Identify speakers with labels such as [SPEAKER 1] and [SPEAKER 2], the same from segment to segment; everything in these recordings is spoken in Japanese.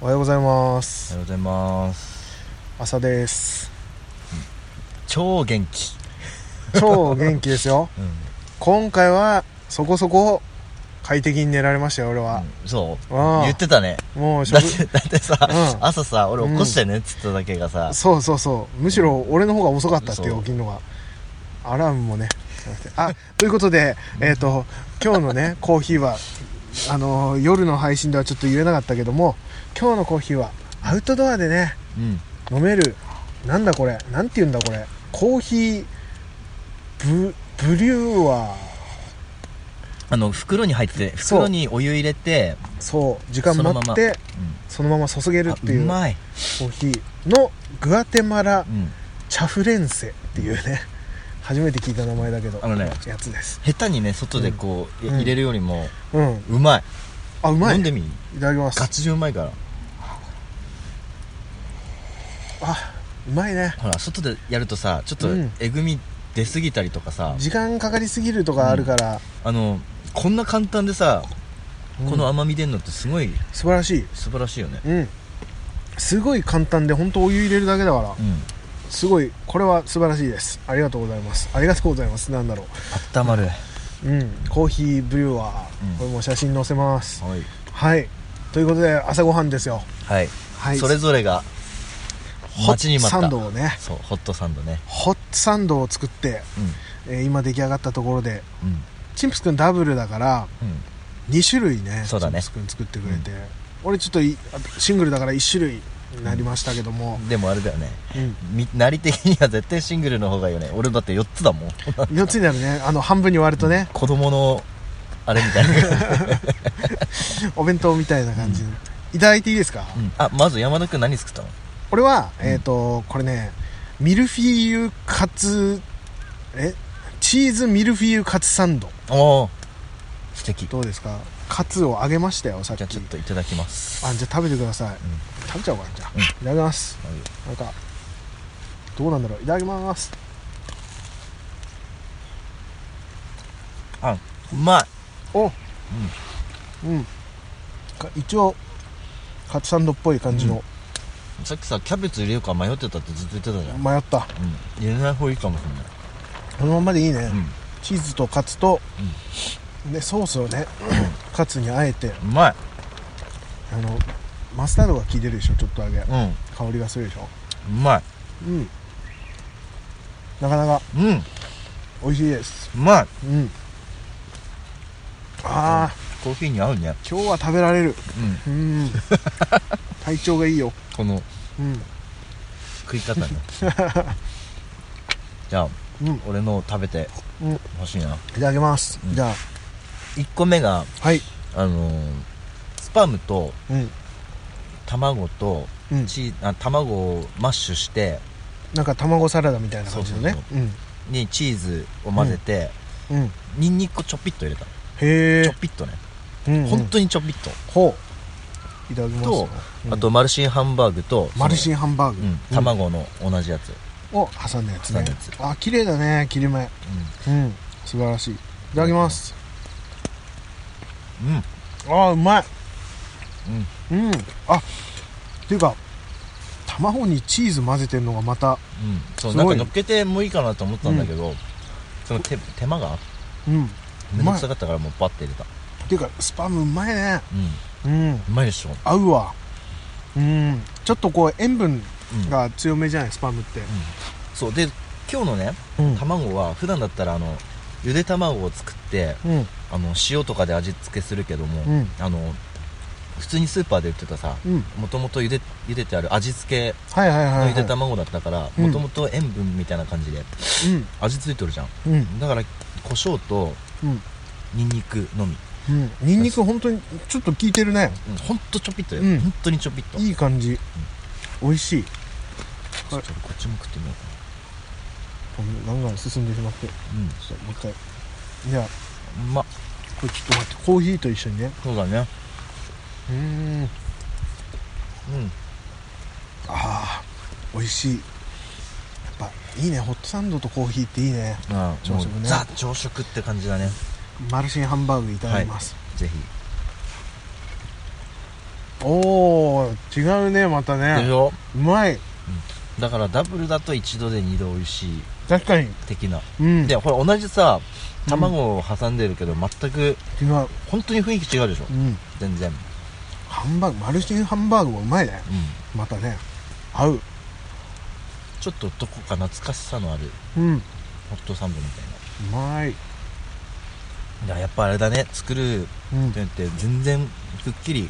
[SPEAKER 1] おはようございま
[SPEAKER 2] おは
[SPEAKER 1] す
[SPEAKER 2] ようございます
[SPEAKER 1] 朝です
[SPEAKER 2] 超元気
[SPEAKER 1] 超元気ですよ
[SPEAKER 2] うん
[SPEAKER 1] 今回はそこそこ快適に寝られましたよ俺は、
[SPEAKER 2] そう
[SPEAKER 1] ああ
[SPEAKER 2] 言ってたね
[SPEAKER 1] もう
[SPEAKER 2] だ
[SPEAKER 1] 食
[SPEAKER 2] ってだってさ
[SPEAKER 1] うん
[SPEAKER 2] 朝さ俺起こしてねっつっただけがさ
[SPEAKER 1] そうそうそうむしろ俺の方が遅かったっていう
[SPEAKER 2] そう
[SPEAKER 1] 起きるのがアラームもね すいませんあということでえっ、と今日の ねコーヒーはあの夜の配信ではちょっと言えなかったけども今日のコーヒーはアウトドアでね
[SPEAKER 2] うん
[SPEAKER 1] 飲めるなんだこれなんて言うんだこれコーヒーブブリュワー
[SPEAKER 2] あの袋に入って
[SPEAKER 1] そう
[SPEAKER 2] 袋にお湯入れて
[SPEAKER 1] そう時間待ってそのまま注げ
[SPEAKER 2] うん
[SPEAKER 1] る
[SPEAKER 2] あ
[SPEAKER 1] って
[SPEAKER 2] う
[SPEAKER 1] いうコ
[SPEAKER 2] まい
[SPEAKER 1] ーヒーのグアテマラ
[SPEAKER 2] うん
[SPEAKER 1] チャフレンセっていうね 初めて聞いた名前だけど
[SPEAKER 2] あのね
[SPEAKER 1] やつです
[SPEAKER 2] 下手にね外でこう
[SPEAKER 1] うん
[SPEAKER 2] 入れるよりも
[SPEAKER 1] うん
[SPEAKER 2] うまい
[SPEAKER 1] あうまい
[SPEAKER 2] 飲ん
[SPEAKER 1] い
[SPEAKER 2] でみ
[SPEAKER 1] ただきます
[SPEAKER 2] ガチでうまいから
[SPEAKER 1] あうまいね
[SPEAKER 2] ほら外でやるとさちょっと
[SPEAKER 1] うん
[SPEAKER 2] えぐみ出すぎたりとかさ
[SPEAKER 1] 時間かかりすぎるとかあるから、
[SPEAKER 2] あのこんな簡単でさ
[SPEAKER 1] うん
[SPEAKER 2] この甘み出んのってすごい
[SPEAKER 1] 素晴らしい
[SPEAKER 2] 素晴らしいよね
[SPEAKER 1] うんすごい簡単で本当お湯入れるだけだから
[SPEAKER 2] うん
[SPEAKER 1] すごいこれは素晴らしいですありがとうございますありがとうございますなんだろ
[SPEAKER 2] 温まるは
[SPEAKER 1] ううんコーヒーブリュワー、
[SPEAKER 2] うん
[SPEAKER 1] これも写真載せます
[SPEAKER 2] い
[SPEAKER 1] はいということで朝ごはんですよ
[SPEAKER 2] はい
[SPEAKER 1] はい
[SPEAKER 2] それぞれが
[SPEAKER 1] ホ
[SPEAKER 2] 待ち
[SPEAKER 1] ッ
[SPEAKER 2] に
[SPEAKER 1] ト
[SPEAKER 2] 待った
[SPEAKER 1] サンドをね
[SPEAKER 2] そうホットサンドね
[SPEAKER 1] ホットサンドを作って、
[SPEAKER 2] う
[SPEAKER 1] えー今出来上がったところで
[SPEAKER 2] んうん
[SPEAKER 1] チンプスくんダブルだから2種類ね
[SPEAKER 2] そうだね
[SPEAKER 1] チンプスくん作ってくれて、俺ちょっといシングルだから1種類になりましたけども
[SPEAKER 2] う、んでもあれだよね
[SPEAKER 1] うん、
[SPEAKER 2] みなり的には絶対シングルの方がいいよね俺だって4つだもん
[SPEAKER 1] 4つになるねあの半分に割るとね
[SPEAKER 2] 子供のあれみたいな、
[SPEAKER 1] お弁当みたいな感じ、いただいていいですか、
[SPEAKER 2] うん、あまず山田君何作ったの
[SPEAKER 1] 俺は、えっ、とこれねミルフィーユカツえチーズミルフィーユカツサンド
[SPEAKER 2] おお素敵じ
[SPEAKER 1] どうですかカツを揚げましたよさっき
[SPEAKER 2] ゃあちょっといただきます
[SPEAKER 1] あじゃあ食べてください、食べちゃおうかなじゃあ、いただきますなんかどうなんだろういただきます
[SPEAKER 2] あうまい
[SPEAKER 1] おうん、か一応カツサンドっぽい感じの、
[SPEAKER 2] さっきさキャベツ入れようか迷ってたってずっと言ってたじゃん、うん、
[SPEAKER 1] 迷った
[SPEAKER 2] 入れない方がいいかもしれない
[SPEAKER 1] このままでいいね、
[SPEAKER 2] うん
[SPEAKER 1] チーズとカツと、でソースをね、カツにあえて
[SPEAKER 2] うまい
[SPEAKER 1] あのマスタードが効いてるでしょちょっとだけ、
[SPEAKER 2] うんう
[SPEAKER 1] 香りがするでしょ
[SPEAKER 2] まい
[SPEAKER 1] うんなかなか
[SPEAKER 2] うんう
[SPEAKER 1] 美味しいです
[SPEAKER 2] まい
[SPEAKER 1] うんああ
[SPEAKER 2] コーヒーに合うね
[SPEAKER 1] 今日は食べられる
[SPEAKER 2] うん
[SPEAKER 1] うん 体調がいいよ
[SPEAKER 2] この
[SPEAKER 1] うん
[SPEAKER 2] 食い 方ねじゃあ
[SPEAKER 1] うん
[SPEAKER 2] 俺の食べて
[SPEAKER 1] うんい
[SPEAKER 2] ほしいな
[SPEAKER 1] ただきます、
[SPEAKER 2] うん
[SPEAKER 1] じゃあ
[SPEAKER 2] 1個目が
[SPEAKER 1] はい
[SPEAKER 2] あのースパムと
[SPEAKER 1] うん
[SPEAKER 2] 卵と
[SPEAKER 1] うん
[SPEAKER 2] チーあ卵をマッシュして
[SPEAKER 1] なんか卵サラダみたいな感じのね
[SPEAKER 2] そう
[SPEAKER 1] うん
[SPEAKER 2] にチーズを混ぜて、
[SPEAKER 1] うん
[SPEAKER 2] ニンニクをちょぴっと入れたの
[SPEAKER 1] へ
[SPEAKER 2] ち
[SPEAKER 1] え
[SPEAKER 2] ょ、ぴっとね、
[SPEAKER 1] うんうん
[SPEAKER 2] 本当にちょぴっと、
[SPEAKER 1] ほういただきます
[SPEAKER 2] と、
[SPEAKER 1] うん
[SPEAKER 2] あとマルシンハンバーグと
[SPEAKER 1] マルシ
[SPEAKER 2] ン
[SPEAKER 1] ンハンバーグ、
[SPEAKER 2] うん、卵の同じやつ、
[SPEAKER 1] を挟んだやつね
[SPEAKER 2] 挟んだやつ
[SPEAKER 1] あ綺麗だね切り目うん素晴らしいいただきます
[SPEAKER 2] うんうん
[SPEAKER 1] あーうまいうんあっていうか卵にチーズ混ぜてるのがまた
[SPEAKER 2] うんそう
[SPEAKER 1] す
[SPEAKER 2] な
[SPEAKER 1] ご
[SPEAKER 2] ん
[SPEAKER 1] い
[SPEAKER 2] か乗っけてもいいかなと思ったんだけど、その手手間が
[SPEAKER 1] うんう
[SPEAKER 2] めんど
[SPEAKER 1] ま
[SPEAKER 2] く
[SPEAKER 1] い
[SPEAKER 2] さ
[SPEAKER 1] っ
[SPEAKER 2] かったからもうバッて入れた、
[SPEAKER 1] ていうかスパムうまいね
[SPEAKER 2] うん、
[SPEAKER 1] うん
[SPEAKER 2] うまいでしょ
[SPEAKER 1] 合うわうんちょっとこう塩分が強めじゃないスパムって
[SPEAKER 2] そうで今日のね
[SPEAKER 1] うん
[SPEAKER 2] 卵は普段だったらあのゆで卵を作って
[SPEAKER 1] うん
[SPEAKER 2] あの塩とかで味付けするけども、
[SPEAKER 1] うん
[SPEAKER 2] あの普通にスーパーで売ってたさ
[SPEAKER 1] うん
[SPEAKER 2] もともとゆでゆでてある味付け
[SPEAKER 1] はいはいはい
[SPEAKER 2] の
[SPEAKER 1] はい
[SPEAKER 2] ゆで卵だったから
[SPEAKER 1] うん
[SPEAKER 2] もともと塩分みたいな感じで味付いとるじゃん
[SPEAKER 1] うんうん
[SPEAKER 2] だから胡椒と
[SPEAKER 1] うん
[SPEAKER 2] ニンニクのみ
[SPEAKER 1] うんニンニク本当にちょっと効いてるね
[SPEAKER 2] うんほんとちょぴっとよ、
[SPEAKER 1] うん
[SPEAKER 2] ほんとにちょぴっと
[SPEAKER 1] いい感じ美味しい
[SPEAKER 2] ちょっとこっちも食ってみよう
[SPEAKER 1] ガンガン進んでしまって
[SPEAKER 2] かなうん
[SPEAKER 1] ちょっともう一回じゃあ
[SPEAKER 2] うまっ
[SPEAKER 1] これちょっと待ってコーヒーと一緒にね
[SPEAKER 2] そうだね
[SPEAKER 1] うん
[SPEAKER 2] うん
[SPEAKER 1] あー美味しいやっぱいいねホットサンドとコーヒーっていいね
[SPEAKER 2] まあ
[SPEAKER 1] 朝食ね
[SPEAKER 2] もうザ朝食って感じだね
[SPEAKER 1] マルシンハンバーグいただきます、
[SPEAKER 2] ぜひ
[SPEAKER 1] おお違うねまた
[SPEAKER 2] でし
[SPEAKER 1] ね
[SPEAKER 2] ょ
[SPEAKER 1] うまい
[SPEAKER 2] だからダブルだと一度で二度美味しい
[SPEAKER 1] 確かに
[SPEAKER 2] 的な
[SPEAKER 1] うん
[SPEAKER 2] でほら同じさ
[SPEAKER 1] うん
[SPEAKER 2] 卵を挟んでるけど全く
[SPEAKER 1] 違う
[SPEAKER 2] 本当に雰囲気違うでしょ
[SPEAKER 1] うん
[SPEAKER 2] 全然
[SPEAKER 1] ハンバーグマルシンハンバーグもうまいね
[SPEAKER 2] うん
[SPEAKER 1] またね合う
[SPEAKER 2] ちょっとどこか懐かしさのある
[SPEAKER 1] うんう
[SPEAKER 2] ホットサンドみたいな
[SPEAKER 1] まい
[SPEAKER 2] いややっぱあれだね作る
[SPEAKER 1] うんうん
[SPEAKER 2] って言って全然くっきり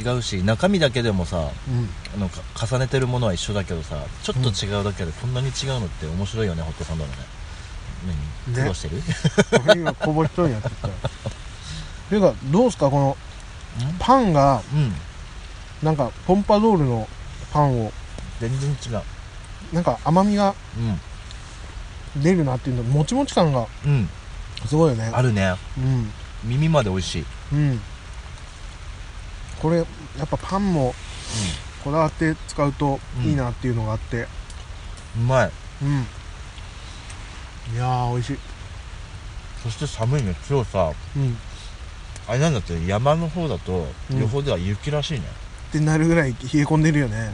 [SPEAKER 2] 違うし中身だけでもさ
[SPEAKER 1] うん
[SPEAKER 2] あのか重ねてるものは一緒だけどさちょっと違うだけでこんなに違うのって面白いよねホットサンドのね何
[SPEAKER 1] ね
[SPEAKER 2] 苦労してる
[SPEAKER 1] 俺今こぼしそうになってき たていうかどうすかこのパンが
[SPEAKER 2] うん
[SPEAKER 1] なんかポンパドールのパンを
[SPEAKER 2] 全然違う
[SPEAKER 1] なんか甘みが出るなっていうのもちもち感が
[SPEAKER 2] うんうん
[SPEAKER 1] すごいよね
[SPEAKER 2] あるね
[SPEAKER 1] うん
[SPEAKER 2] 耳まで美味しい
[SPEAKER 1] うんこれやっぱパンもこだわって使うといいなっていうのがあって
[SPEAKER 2] うまい
[SPEAKER 1] うん、いやー美味しい
[SPEAKER 2] そして寒いね今日さ
[SPEAKER 1] うんっ
[SPEAKER 2] あれなんだって山の方だと
[SPEAKER 1] うん
[SPEAKER 2] 予報では雪らしいね、
[SPEAKER 1] てなるぐらい冷え込んでるよね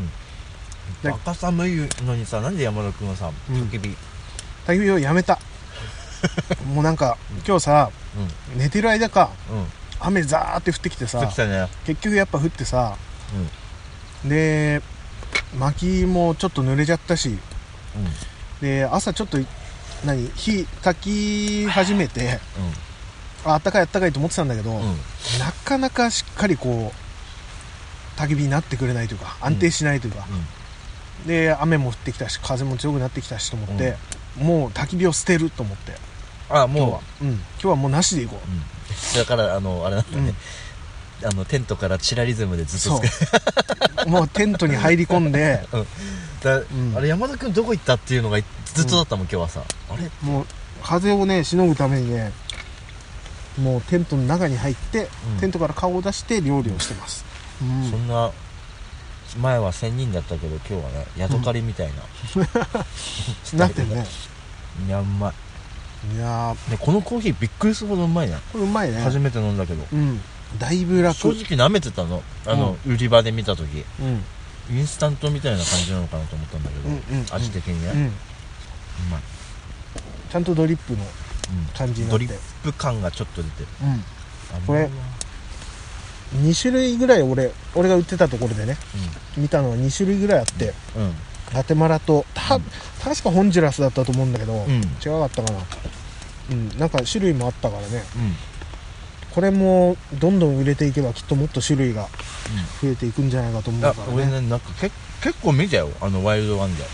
[SPEAKER 1] で
[SPEAKER 2] バカ寒いのにさなんで山田君はさ
[SPEAKER 1] うん
[SPEAKER 2] 焚き火
[SPEAKER 1] 焚き火をやめ たもうなんか今日さ寝てる間か
[SPEAKER 2] うんうん
[SPEAKER 1] 雨ザーって降ってきて
[SPEAKER 2] 降っ
[SPEAKER 1] さ
[SPEAKER 2] てきたね
[SPEAKER 1] 結局やっぱ降ってさで薪もちょっと濡れちゃったし
[SPEAKER 2] うんうん
[SPEAKER 1] で朝ちょっと何火焚き始めて
[SPEAKER 2] うん
[SPEAKER 1] ああったかいあったかいと思ってたんだけど、
[SPEAKER 2] うん
[SPEAKER 1] なかなかしっかりこう焚き火になってくれないというか安定しないというか、で雨も降ってきたし風も強くなってきたしと思って、もう焚き火を捨てると思って
[SPEAKER 2] あ
[SPEAKER 1] 今日は
[SPEAKER 2] も、
[SPEAKER 1] うん、今日はもうなしでいこ
[SPEAKER 2] う、うんだからあのあれなんだね、あのテントからチラリズムで
[SPEAKER 1] う
[SPEAKER 2] ずっ
[SPEAKER 1] そ
[SPEAKER 2] と使
[SPEAKER 1] うもうテントに入り込んで
[SPEAKER 2] だ
[SPEAKER 1] ん
[SPEAKER 2] あれ山田君どこ行ったっていうのがずっとだったもん、今日はさあれう
[SPEAKER 1] もう風をねしのぐためにねもうテントの中に入って、
[SPEAKER 2] うん
[SPEAKER 1] テントから顔を出して料理をしてます、うん
[SPEAKER 2] んそんな前は1000人だったけど今日はね宿狩りみたいな、
[SPEAKER 1] なってるね
[SPEAKER 2] いやうまい
[SPEAKER 1] いやー
[SPEAKER 2] ねこのコーヒーびっくりするほどうまいね
[SPEAKER 1] これうまいね
[SPEAKER 2] 初めて飲んだけど
[SPEAKER 1] うんだいぶ楽
[SPEAKER 2] 正直舐めてたのあの、売り場で見た時
[SPEAKER 1] うんうん
[SPEAKER 2] インスタントみたいな感じなのかなと思ったんだけど、
[SPEAKER 1] うんうんうん
[SPEAKER 2] 味的にね、う
[SPEAKER 1] うん
[SPEAKER 2] まい、
[SPEAKER 1] ちゃんとドリップの
[SPEAKER 2] う
[SPEAKER 1] 感じ
[SPEAKER 2] ん、
[SPEAKER 1] にな
[SPEAKER 2] ド
[SPEAKER 1] っ
[SPEAKER 2] リ
[SPEAKER 1] て
[SPEAKER 2] ップ感がちょっと出てる
[SPEAKER 1] うん
[SPEAKER 2] あ
[SPEAKER 1] これ
[SPEAKER 2] うまいわ
[SPEAKER 1] 2種類ぐらい俺俺が売ってたところでね見たのは2種類ぐらいあって
[SPEAKER 2] うんうん
[SPEAKER 1] ガテマラとた、
[SPEAKER 2] うん
[SPEAKER 1] 確かホンジュラスだったと思うんだけど、
[SPEAKER 2] うん
[SPEAKER 1] 違かったかなうんなんか種類もあったからね
[SPEAKER 2] うん
[SPEAKER 1] これもどんどん売れていけばきっともっと種類が増えていくんじゃないかと思う
[SPEAKER 2] あ
[SPEAKER 1] から
[SPEAKER 2] 俺
[SPEAKER 1] ね
[SPEAKER 2] ねなんかけ結構見たよあのワイルドワンで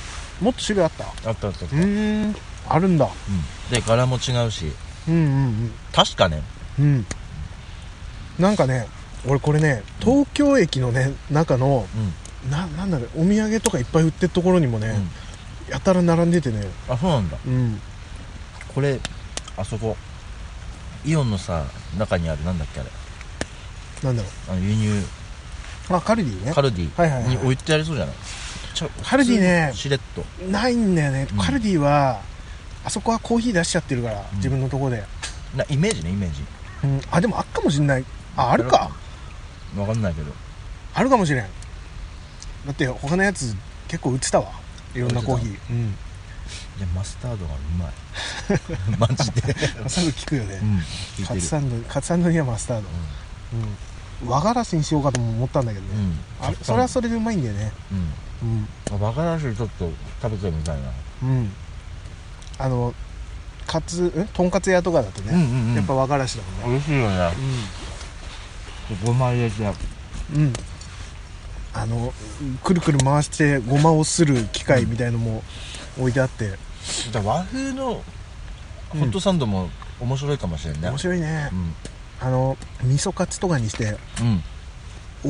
[SPEAKER 1] もっと種類あった
[SPEAKER 2] あったあったあった、
[SPEAKER 1] うーんあるんだ
[SPEAKER 2] うんで柄も違うし
[SPEAKER 1] うんうん
[SPEAKER 2] 確かね
[SPEAKER 1] うんうんなんかね俺これね東京駅のね中の
[SPEAKER 2] うん、
[SPEAKER 1] ななんだろうお土産とかいっぱい売ってるところにもね、
[SPEAKER 2] うん
[SPEAKER 1] やたら並んでてね
[SPEAKER 2] あそうなんだ
[SPEAKER 1] うん
[SPEAKER 2] これあそこイオンのさ中にあるなんだっけあれ
[SPEAKER 1] なんだろう
[SPEAKER 2] あの輸入
[SPEAKER 1] あカルディね
[SPEAKER 2] カルデ
[SPEAKER 1] はいはいは
[SPEAKER 2] ィ
[SPEAKER 1] い
[SPEAKER 2] に置いてありそうじゃないちょ
[SPEAKER 1] カルディね
[SPEAKER 2] 普通にしれっと
[SPEAKER 1] ないんだよね、
[SPEAKER 2] うん
[SPEAKER 1] カルディはあそこはコーヒー出しちゃってるから、
[SPEAKER 2] うん
[SPEAKER 1] 自分のとこで、
[SPEAKER 2] なイメージねイメージ
[SPEAKER 1] うん、あでもあっかもしんないああるか
[SPEAKER 2] わかんないけど
[SPEAKER 1] あるかもしれんだって他のやつ結構売ってたわいろんなコーヒ
[SPEAKER 2] 売
[SPEAKER 1] ーうん
[SPEAKER 2] いやマスタードがうまい マジで
[SPEAKER 1] マスタード効くよ
[SPEAKER 2] う
[SPEAKER 1] ね、
[SPEAKER 2] ん聞い
[SPEAKER 1] カツ
[SPEAKER 2] てる
[SPEAKER 1] サンドカツサンドにはマスタード、うん和がらしにしようかとも思ったんだけど
[SPEAKER 2] うん、う
[SPEAKER 1] ね、
[SPEAKER 2] ん、
[SPEAKER 1] あれそれはそれでうまいんだよね
[SPEAKER 2] うん
[SPEAKER 1] うん
[SPEAKER 2] あ和がらしちょっと食べてみたいな
[SPEAKER 1] うんあのカツんとんかつ屋とかだとね、
[SPEAKER 2] うんうんうん
[SPEAKER 1] やっぱ和がらしだもんね
[SPEAKER 2] 美味しいよねごま入れて
[SPEAKER 1] うん、うん、あのくるくる回してごまをする機械みたいのも置いてあって、
[SPEAKER 2] だから和風のホットサンドも面白いかもしれんね
[SPEAKER 1] 面白いね
[SPEAKER 2] う、ん
[SPEAKER 1] あの味噌カツとかにして
[SPEAKER 2] うん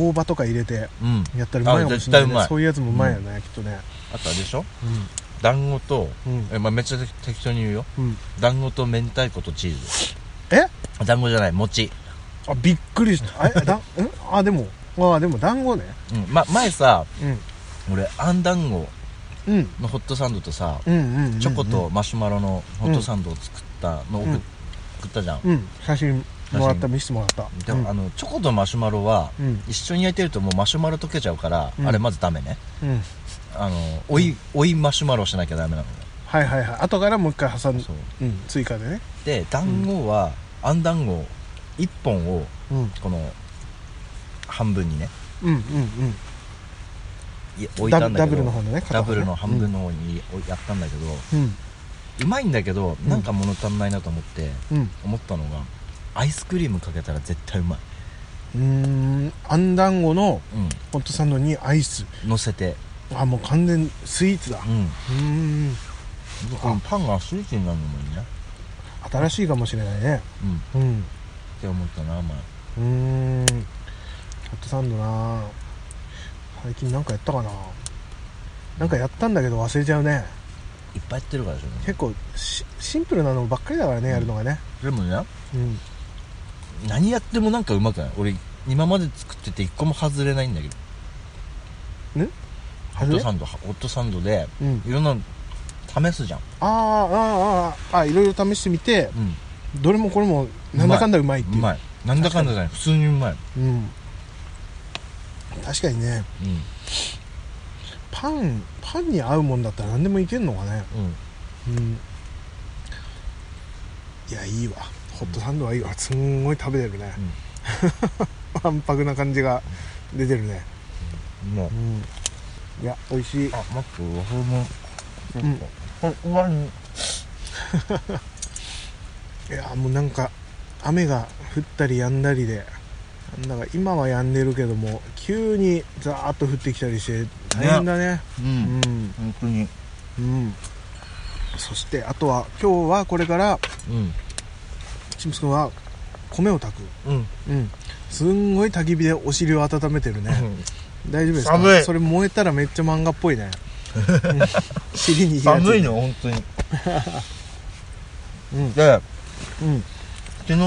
[SPEAKER 1] 大葉とか入れて
[SPEAKER 2] うん
[SPEAKER 1] やったらうまいかもしれない,、
[SPEAKER 2] あ絶対うまい
[SPEAKER 1] そういうやつもうまいよね、きっとね
[SPEAKER 2] あとあれでしょ
[SPEAKER 1] う
[SPEAKER 2] 団子と、
[SPEAKER 1] んうん
[SPEAKER 2] えまあ、めっちゃ適当に言うよ
[SPEAKER 1] うん
[SPEAKER 2] 団子と明太子とチー
[SPEAKER 1] え
[SPEAKER 2] ズ団子じゃない餅、
[SPEAKER 1] あびっくりしたあえだんあでもあでも団子ね
[SPEAKER 2] うんま、前さ
[SPEAKER 1] うん
[SPEAKER 2] 俺あん団子
[SPEAKER 1] うん
[SPEAKER 2] のホットサンドとさ、
[SPEAKER 1] うんうんうんうん
[SPEAKER 2] チョコとマシュマロのホットサンドを作ったのを送
[SPEAKER 1] う
[SPEAKER 2] っ
[SPEAKER 1] ん
[SPEAKER 2] 送ったじゃん、
[SPEAKER 1] うん写真もらった見せてもらった
[SPEAKER 2] でも、あのチョコとマシュマロは、
[SPEAKER 1] うん
[SPEAKER 2] 一緒に焼いてるともうマシュマロ溶けちゃうから、
[SPEAKER 1] うん
[SPEAKER 2] あれまずダメね
[SPEAKER 1] うん、うん、
[SPEAKER 2] あの追い追いマシュマロしなきゃダメなのよ
[SPEAKER 1] はいはいはい後からもう一回挟ん
[SPEAKER 2] そう
[SPEAKER 1] うん追加でね
[SPEAKER 2] で団子は、あん団子1本を
[SPEAKER 1] うんうん
[SPEAKER 2] この半分にね
[SPEAKER 1] うん
[SPEAKER 2] い置いたんだけど
[SPEAKER 1] ダブルの方のね片
[SPEAKER 2] ダ
[SPEAKER 1] 方
[SPEAKER 2] ブ
[SPEAKER 1] ね
[SPEAKER 2] ルの半分の方に置いやったんだけど、
[SPEAKER 1] うんうん
[SPEAKER 2] うまいんだけど
[SPEAKER 1] ん
[SPEAKER 2] なんか物足んないなと思って、
[SPEAKER 1] うん
[SPEAKER 2] 思ったのがアイスクリームかけたら絶対うまい、
[SPEAKER 1] うーんあん団子の
[SPEAKER 2] う
[SPEAKER 1] ホットサンドにアイス
[SPEAKER 2] ん、乗せて
[SPEAKER 1] あもう完全スイーツだ
[SPEAKER 2] うん
[SPEAKER 1] うーん
[SPEAKER 2] でこのパンがスイーツになるのもいいな
[SPEAKER 1] 新しいかもしれないね
[SPEAKER 2] うんっ
[SPEAKER 1] うん
[SPEAKER 2] て思ったなまあ
[SPEAKER 1] うーんホットサンドな最近なんかやったかななんかやったんだけど忘れちゃうね
[SPEAKER 2] いっぱいやってるからでしょ
[SPEAKER 1] 結構シシンプルなのばっかりだからねやるのがね
[SPEAKER 2] でもね
[SPEAKER 1] うん
[SPEAKER 2] 何やってもなんかうまくない俺今まで作ってて一個も外れないんだけどホ
[SPEAKER 1] 外
[SPEAKER 2] ッ
[SPEAKER 1] れ
[SPEAKER 2] トサンドホットサンドで
[SPEAKER 1] うん
[SPEAKER 2] いろんなの試すじゃん、
[SPEAKER 1] あーあーあーあーいろいろ試してみて
[SPEAKER 2] うん、
[SPEAKER 1] どれもこれもなんだかんだうまいっていう
[SPEAKER 2] うまいなんだかんだじゃない普通にうまい、
[SPEAKER 1] うん、確かにね
[SPEAKER 2] う
[SPEAKER 1] パンパンに合うもんだったら何でもいけるのかね
[SPEAKER 2] んうん、
[SPEAKER 1] うんいやいいわホットサンドはいいわすんごい食べてるね、 わんぱくな感じが出てるね
[SPEAKER 2] うん、もう
[SPEAKER 1] うんいや美味しい
[SPEAKER 2] あ待って和風も
[SPEAKER 1] うん
[SPEAKER 2] これ上に
[SPEAKER 1] いやもうなんか雨が降ったりやんだりでなんだか今はやんでるけども急にザーッと降ってきたりして大変だね
[SPEAKER 2] う
[SPEAKER 1] うんん
[SPEAKER 2] 本当に
[SPEAKER 1] うんそしてあとは今日はこれから
[SPEAKER 2] うん
[SPEAKER 1] チムス君は米を炊く
[SPEAKER 2] うん
[SPEAKER 1] うんすんごい焚き火でお尻を温めてるね大丈夫ですか
[SPEAKER 2] 寒い
[SPEAKER 1] それ燃えたらめっちゃ漫画っぽ いねうん尻に火がつ
[SPEAKER 2] 寒い
[SPEAKER 1] の
[SPEAKER 2] の本当に
[SPEAKER 1] うん
[SPEAKER 2] で
[SPEAKER 1] うん
[SPEAKER 2] 昨日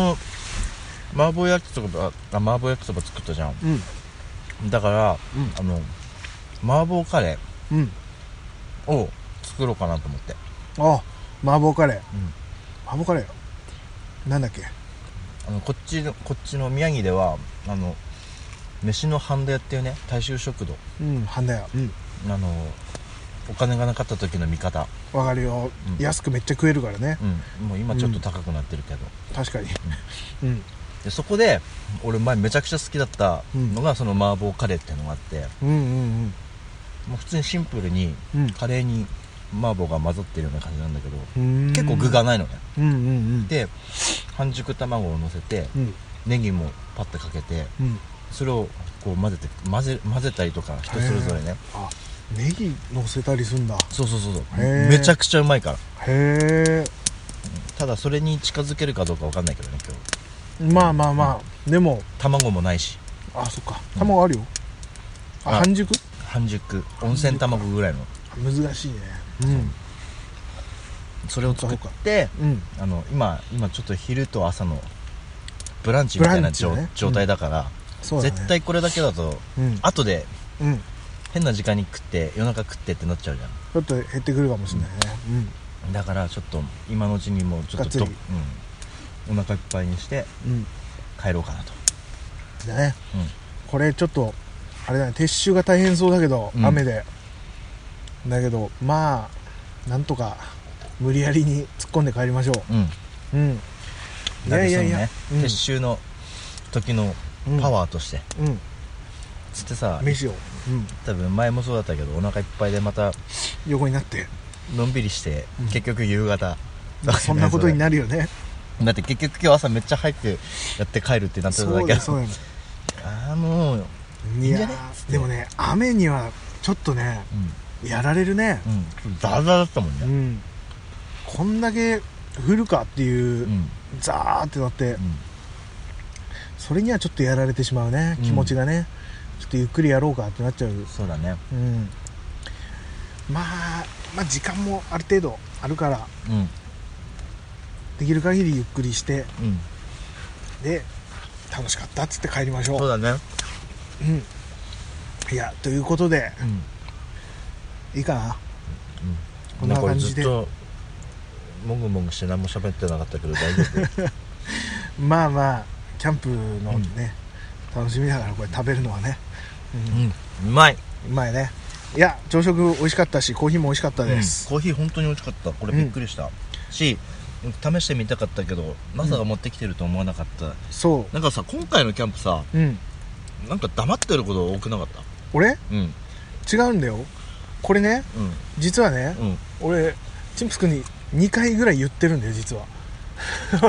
[SPEAKER 2] 麻婆焼きそばあ麻婆焼きそば作ったじゃん
[SPEAKER 1] うん
[SPEAKER 2] だから、
[SPEAKER 1] うん
[SPEAKER 2] あの麻婆カレ
[SPEAKER 1] うん
[SPEAKER 2] ーを作ろうかなと思って
[SPEAKER 1] あ麻婆カレー、
[SPEAKER 2] ん
[SPEAKER 1] 麻婆カレーよなんだっけ
[SPEAKER 2] あのこっちのこっちの宮城ではあの飯の半田やっていうね大衆食堂
[SPEAKER 1] うん半田屋うん
[SPEAKER 2] あのお金がなかった時の味方、
[SPEAKER 1] わかるよ、
[SPEAKER 2] うん
[SPEAKER 1] 安くめっちゃ食えるからね
[SPEAKER 2] うん、もう今ちょっと高くなってるけど、
[SPEAKER 1] 確かにうん
[SPEAKER 2] でそこで俺前めちゃくちゃ好きだったのが、その麻婆カレーっていうのがあって
[SPEAKER 1] うんうん
[SPEAKER 2] もう普通にシンプルに
[SPEAKER 1] うんうん
[SPEAKER 2] カレーに麻婆が混ざってるような感じなんだけど、
[SPEAKER 1] うーん
[SPEAKER 2] 結構具がないのね
[SPEAKER 1] うんうんうん
[SPEAKER 2] で半熟卵を乗せて
[SPEAKER 1] うん
[SPEAKER 2] ネギもパッてかけて
[SPEAKER 1] うん
[SPEAKER 2] それをこう混ぜて混ぜ混ぜたりとか人それぞれね
[SPEAKER 1] あネギ乗せたりすんだ
[SPEAKER 2] そうそうそうそう
[SPEAKER 1] へー
[SPEAKER 2] めちゃくちゃうまいから
[SPEAKER 1] へ
[SPEAKER 2] ただそれに近づけるかどうかわかんないけどね今日
[SPEAKER 1] えまあまあまあでも
[SPEAKER 2] 卵もないし
[SPEAKER 1] あそっか卵あるよあ
[SPEAKER 2] あ
[SPEAKER 1] 半熟
[SPEAKER 2] 半熟温泉卵ぐらいの
[SPEAKER 1] 難しいね
[SPEAKER 2] それを作って
[SPEAKER 1] うんうん
[SPEAKER 2] あの今今ちょっと昼と朝のブランチみた
[SPEAKER 1] ブ
[SPEAKER 2] い
[SPEAKER 1] ラ
[SPEAKER 2] な
[SPEAKER 1] ンチだ
[SPEAKER 2] 状,、
[SPEAKER 1] ね
[SPEAKER 2] 状態だから
[SPEAKER 1] そうだね
[SPEAKER 2] 絶対これだけだと
[SPEAKER 1] うん
[SPEAKER 2] 後で
[SPEAKER 1] うん
[SPEAKER 2] 変な時間に食って夜中食ってってなっちゃうじゃん
[SPEAKER 1] ちょっと減ってくるかもしれないね
[SPEAKER 2] だからちょっと今のうちにもうちょっと
[SPEAKER 1] が
[SPEAKER 2] ど
[SPEAKER 1] っつ
[SPEAKER 2] うん、お腹いっぱいにして
[SPEAKER 1] うんうん
[SPEAKER 2] 帰ろうかなと、
[SPEAKER 1] だね
[SPEAKER 2] うん
[SPEAKER 1] これちょっとあれだね撤収が大変そうだけど、
[SPEAKER 2] うん
[SPEAKER 1] 雨でだけどまあなんとか無理やりに突っ込んで帰りましょ
[SPEAKER 2] うん、
[SPEAKER 1] ううんい
[SPEAKER 2] だ
[SPEAKER 1] や
[SPEAKER 2] け
[SPEAKER 1] いや
[SPEAKER 2] どその
[SPEAKER 1] いや
[SPEAKER 2] ね、撤収の時のパワーとして、
[SPEAKER 1] うん、うん
[SPEAKER 2] つってさ
[SPEAKER 1] 飯を、うん、
[SPEAKER 2] 多分前もそうだったけどお腹いっぱいでまた
[SPEAKER 1] 横になって
[SPEAKER 2] のんびりして、
[SPEAKER 1] うん
[SPEAKER 2] 結局夕方
[SPEAKER 1] そんなことに
[SPEAKER 2] る
[SPEAKER 1] なるよね
[SPEAKER 2] だって結局今日朝めっちゃ入ってやって帰るってなってた
[SPEAKER 1] そ
[SPEAKER 2] だ
[SPEAKER 1] う
[SPEAKER 2] け
[SPEAKER 1] だそうだよ
[SPEAKER 2] ああもう
[SPEAKER 1] い
[SPEAKER 2] いん
[SPEAKER 1] や
[SPEAKER 2] じゃね
[SPEAKER 1] ーでもね雨にはちょっとねやられるね
[SPEAKER 2] うん、うん、ザラザラだったもん
[SPEAKER 1] う
[SPEAKER 2] ね
[SPEAKER 1] んこんだけ降るかっていう、
[SPEAKER 2] うん、うん
[SPEAKER 1] ザーってなってそれにはちょっとやられてしまうね気持ちがね、ちょっとゆっくりやろうかってなっちゃう
[SPEAKER 2] そうだね
[SPEAKER 1] うんまあまあ時間もある程度あるから
[SPEAKER 2] うん
[SPEAKER 1] できる限りゆっくりして
[SPEAKER 2] うん
[SPEAKER 1] で楽しかったっつって帰りましょ
[SPEAKER 2] そう
[SPEAKER 1] う
[SPEAKER 2] だね
[SPEAKER 1] うんいやということで
[SPEAKER 2] うん
[SPEAKER 1] いいかなこん
[SPEAKER 2] な
[SPEAKER 1] なん
[SPEAKER 2] か
[SPEAKER 1] 感じ
[SPEAKER 2] ず
[SPEAKER 1] で
[SPEAKER 2] っともぐもぐして何も喋ってなかったけど大丈夫
[SPEAKER 1] まあまあキャンプのね、楽しみだからこれ食べるのはね、うん
[SPEAKER 2] うんうまいう
[SPEAKER 1] まいねいや朝食美味しかったしコーヒーも美味しかったです、
[SPEAKER 2] コーヒー本当に美味しかったこれびっくりした、し試してみたかったけど NASA が持ってきてると思わなかった、
[SPEAKER 1] そ
[SPEAKER 2] なんかさ今回のキャンプさ
[SPEAKER 1] ううん
[SPEAKER 2] なんか黙ってること多くなかった
[SPEAKER 1] 俺
[SPEAKER 2] うん
[SPEAKER 1] 違うんだよこれね
[SPEAKER 2] う
[SPEAKER 1] 実はね、
[SPEAKER 2] んうん
[SPEAKER 1] 俺チンプス君に2回ぐらい言ってるんだよ実は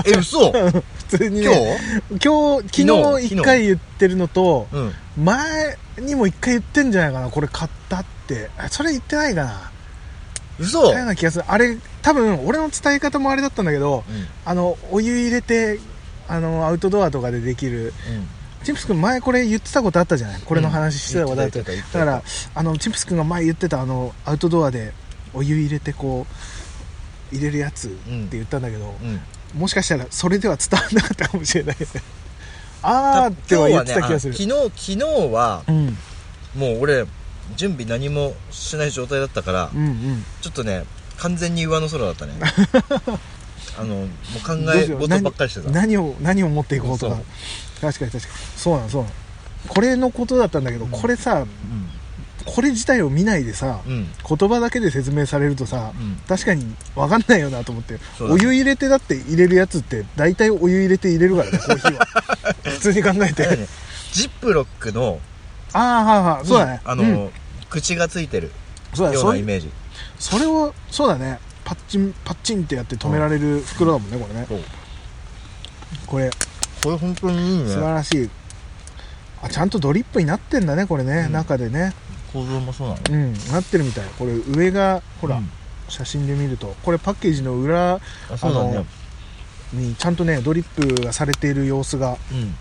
[SPEAKER 2] え嘘
[SPEAKER 1] 普通に、
[SPEAKER 2] 今日
[SPEAKER 1] ね、今日昨
[SPEAKER 2] 昨
[SPEAKER 1] 日
[SPEAKER 2] 日
[SPEAKER 1] 1回言ってるのと
[SPEAKER 2] うん
[SPEAKER 1] 前にも1回言ってんじゃないかなこれ買ったってあそれ言ってないかな
[SPEAKER 2] 嘘
[SPEAKER 1] 言ったような気がするあれ多分俺の伝え方もあれだったんだけど
[SPEAKER 2] うん
[SPEAKER 1] あのお湯入れてあのアウトドアとかでできるチンプス君前これ言ってたことあったじゃないこれの話してたことあった,、
[SPEAKER 2] うん言ってた
[SPEAKER 1] だか
[SPEAKER 2] 言
[SPEAKER 1] らあのチンプス君が前言ってたあのアウトドアでお湯入れてこう入れるやつって言ったんだけど、
[SPEAKER 2] うん
[SPEAKER 1] もしかしたらそれでは伝わらなかったかもしれないですねあーっては言ってた気がする、
[SPEAKER 2] 今日はねあ昨日昨日は
[SPEAKER 1] うん
[SPEAKER 2] もう俺準備何もしない状態だったから、
[SPEAKER 1] うんうん
[SPEAKER 2] ちょっとね完全に上の空 だったねあのもう考
[SPEAKER 1] どう
[SPEAKER 2] え
[SPEAKER 1] しよう
[SPEAKER 2] 事ばっかりしてた
[SPEAKER 1] 何何を何を持っていこうとか
[SPEAKER 2] そう
[SPEAKER 1] 確かに確かにそうなのそうなのこれのことだったんだけど、
[SPEAKER 2] うん
[SPEAKER 1] これさ
[SPEAKER 2] うん
[SPEAKER 1] これ自体を見ないでさ、
[SPEAKER 2] うん
[SPEAKER 1] 言葉だけで説明されるとさ、
[SPEAKER 2] うん
[SPEAKER 1] 確かに分かんないよなと思って
[SPEAKER 2] そうだ
[SPEAKER 1] お
[SPEAKER 2] ね
[SPEAKER 1] 湯入れてだって入れるやつって大体お湯入れて入れるから ねコーヒーは普通に考え
[SPEAKER 2] だから
[SPEAKER 1] て
[SPEAKER 2] ねジップロックの
[SPEAKER 1] ああはいはいそうだね
[SPEAKER 2] あの、
[SPEAKER 1] うん
[SPEAKER 2] 口がついてるよ
[SPEAKER 1] そうだね
[SPEAKER 2] う
[SPEAKER 1] そ
[SPEAKER 2] な
[SPEAKER 1] うい
[SPEAKER 2] イメージ
[SPEAKER 1] それをそうだねパッチンパッチンってやって止められる袋だもんねこれね
[SPEAKER 2] そう
[SPEAKER 1] これ
[SPEAKER 2] これ本当にいいね
[SPEAKER 1] 素晴らしいあちゃんとドリップになってんだねこれね、
[SPEAKER 2] うん
[SPEAKER 1] 中でね
[SPEAKER 2] 構造もそうなの
[SPEAKER 1] うんなってるみたいこれ上がほら、
[SPEAKER 2] うん
[SPEAKER 1] 写真で見るとこれパッケージの裏
[SPEAKER 2] あそうだ
[SPEAKER 1] あ
[SPEAKER 2] ね
[SPEAKER 1] のにちゃんとねドリップがされている様子が
[SPEAKER 2] うん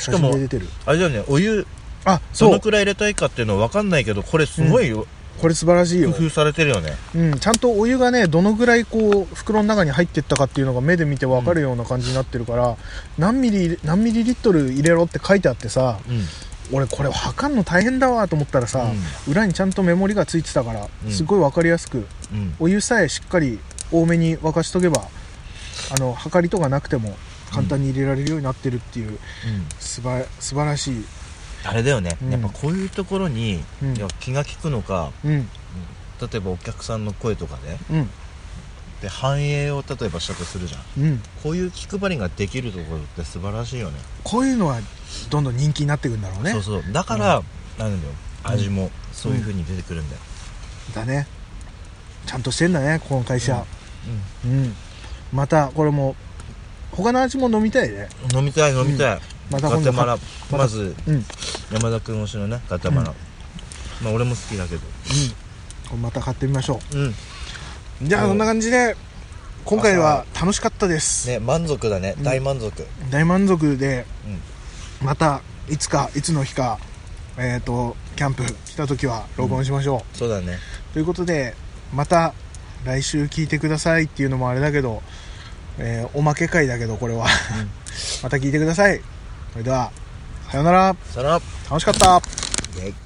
[SPEAKER 1] 写
[SPEAKER 2] かも
[SPEAKER 1] 真で出てる
[SPEAKER 2] あれだよねお湯
[SPEAKER 1] あ
[SPEAKER 2] ど
[SPEAKER 1] そう
[SPEAKER 2] のくらい入れたいかっていうの分かんないけどこれすごいよ
[SPEAKER 1] これ素晴らしい
[SPEAKER 2] 工
[SPEAKER 1] よ、
[SPEAKER 2] 夫されてるよね
[SPEAKER 1] うん、ちゃんとお湯がねどのぐらいこう袋の中に入ってったかっていうのが目で見て分かるような感じになってるから、何ミリ何ミリリットル入れろって書いてあってさ
[SPEAKER 2] うん
[SPEAKER 1] 俺これ測んの大変だわと思ったらさ、裏にちゃんとメモリがついてたから、
[SPEAKER 2] うん
[SPEAKER 1] すごい分かりやすく
[SPEAKER 2] うんうん
[SPEAKER 1] お湯さえしっかり多めに沸かしとけばあの測りとかなくても簡単に入れられるようになってるっていう
[SPEAKER 2] うん
[SPEAKER 1] 素晴素晴らしい、
[SPEAKER 2] あれだよね、
[SPEAKER 1] うん
[SPEAKER 2] やっぱこういうところに、
[SPEAKER 1] うん
[SPEAKER 2] いや気が利くのか
[SPEAKER 1] うん
[SPEAKER 2] 例えばお客さんの声とかね
[SPEAKER 1] うん
[SPEAKER 2] で反映を例えばしたとするじゃん
[SPEAKER 1] うん、
[SPEAKER 2] こういう気配りができるところって素晴らしいよね
[SPEAKER 1] こういうのはどんどん人気になっていくんだろうね
[SPEAKER 2] そうそうだから、なんだよ味もそういう
[SPEAKER 1] うん
[SPEAKER 2] 風に出てくるんだよ、
[SPEAKER 1] だねちゃんとしてんだねこの会社うん、またこれも他の味も飲みたいね
[SPEAKER 2] 飲みたい飲みたい、
[SPEAKER 1] また
[SPEAKER 2] ガ
[SPEAKER 1] 今度
[SPEAKER 2] テマラ
[SPEAKER 1] また
[SPEAKER 2] まず
[SPEAKER 1] うん、うん、
[SPEAKER 2] 山田君推しのねガテマラ、まあ俺も好きだけど
[SPEAKER 1] これまた買ってみましょ
[SPEAKER 2] うん
[SPEAKER 1] うじゃあ
[SPEAKER 2] うん
[SPEAKER 1] そんな感じで今回は楽しかったです、
[SPEAKER 2] ね満足だね、
[SPEAKER 1] ん
[SPEAKER 2] 大満足
[SPEAKER 1] 大満足で
[SPEAKER 2] うん
[SPEAKER 1] またいつかいつの日かえっ、とキャンプ来た時は録音しましょう、
[SPEAKER 2] そうだね
[SPEAKER 1] ということでまた来週聞いてくださいっていうのもあれだけど、えーおまけ会だけどこれは また聞いてくださいそれではさようなら
[SPEAKER 2] さよなら
[SPEAKER 1] 楽しかった
[SPEAKER 2] イェイ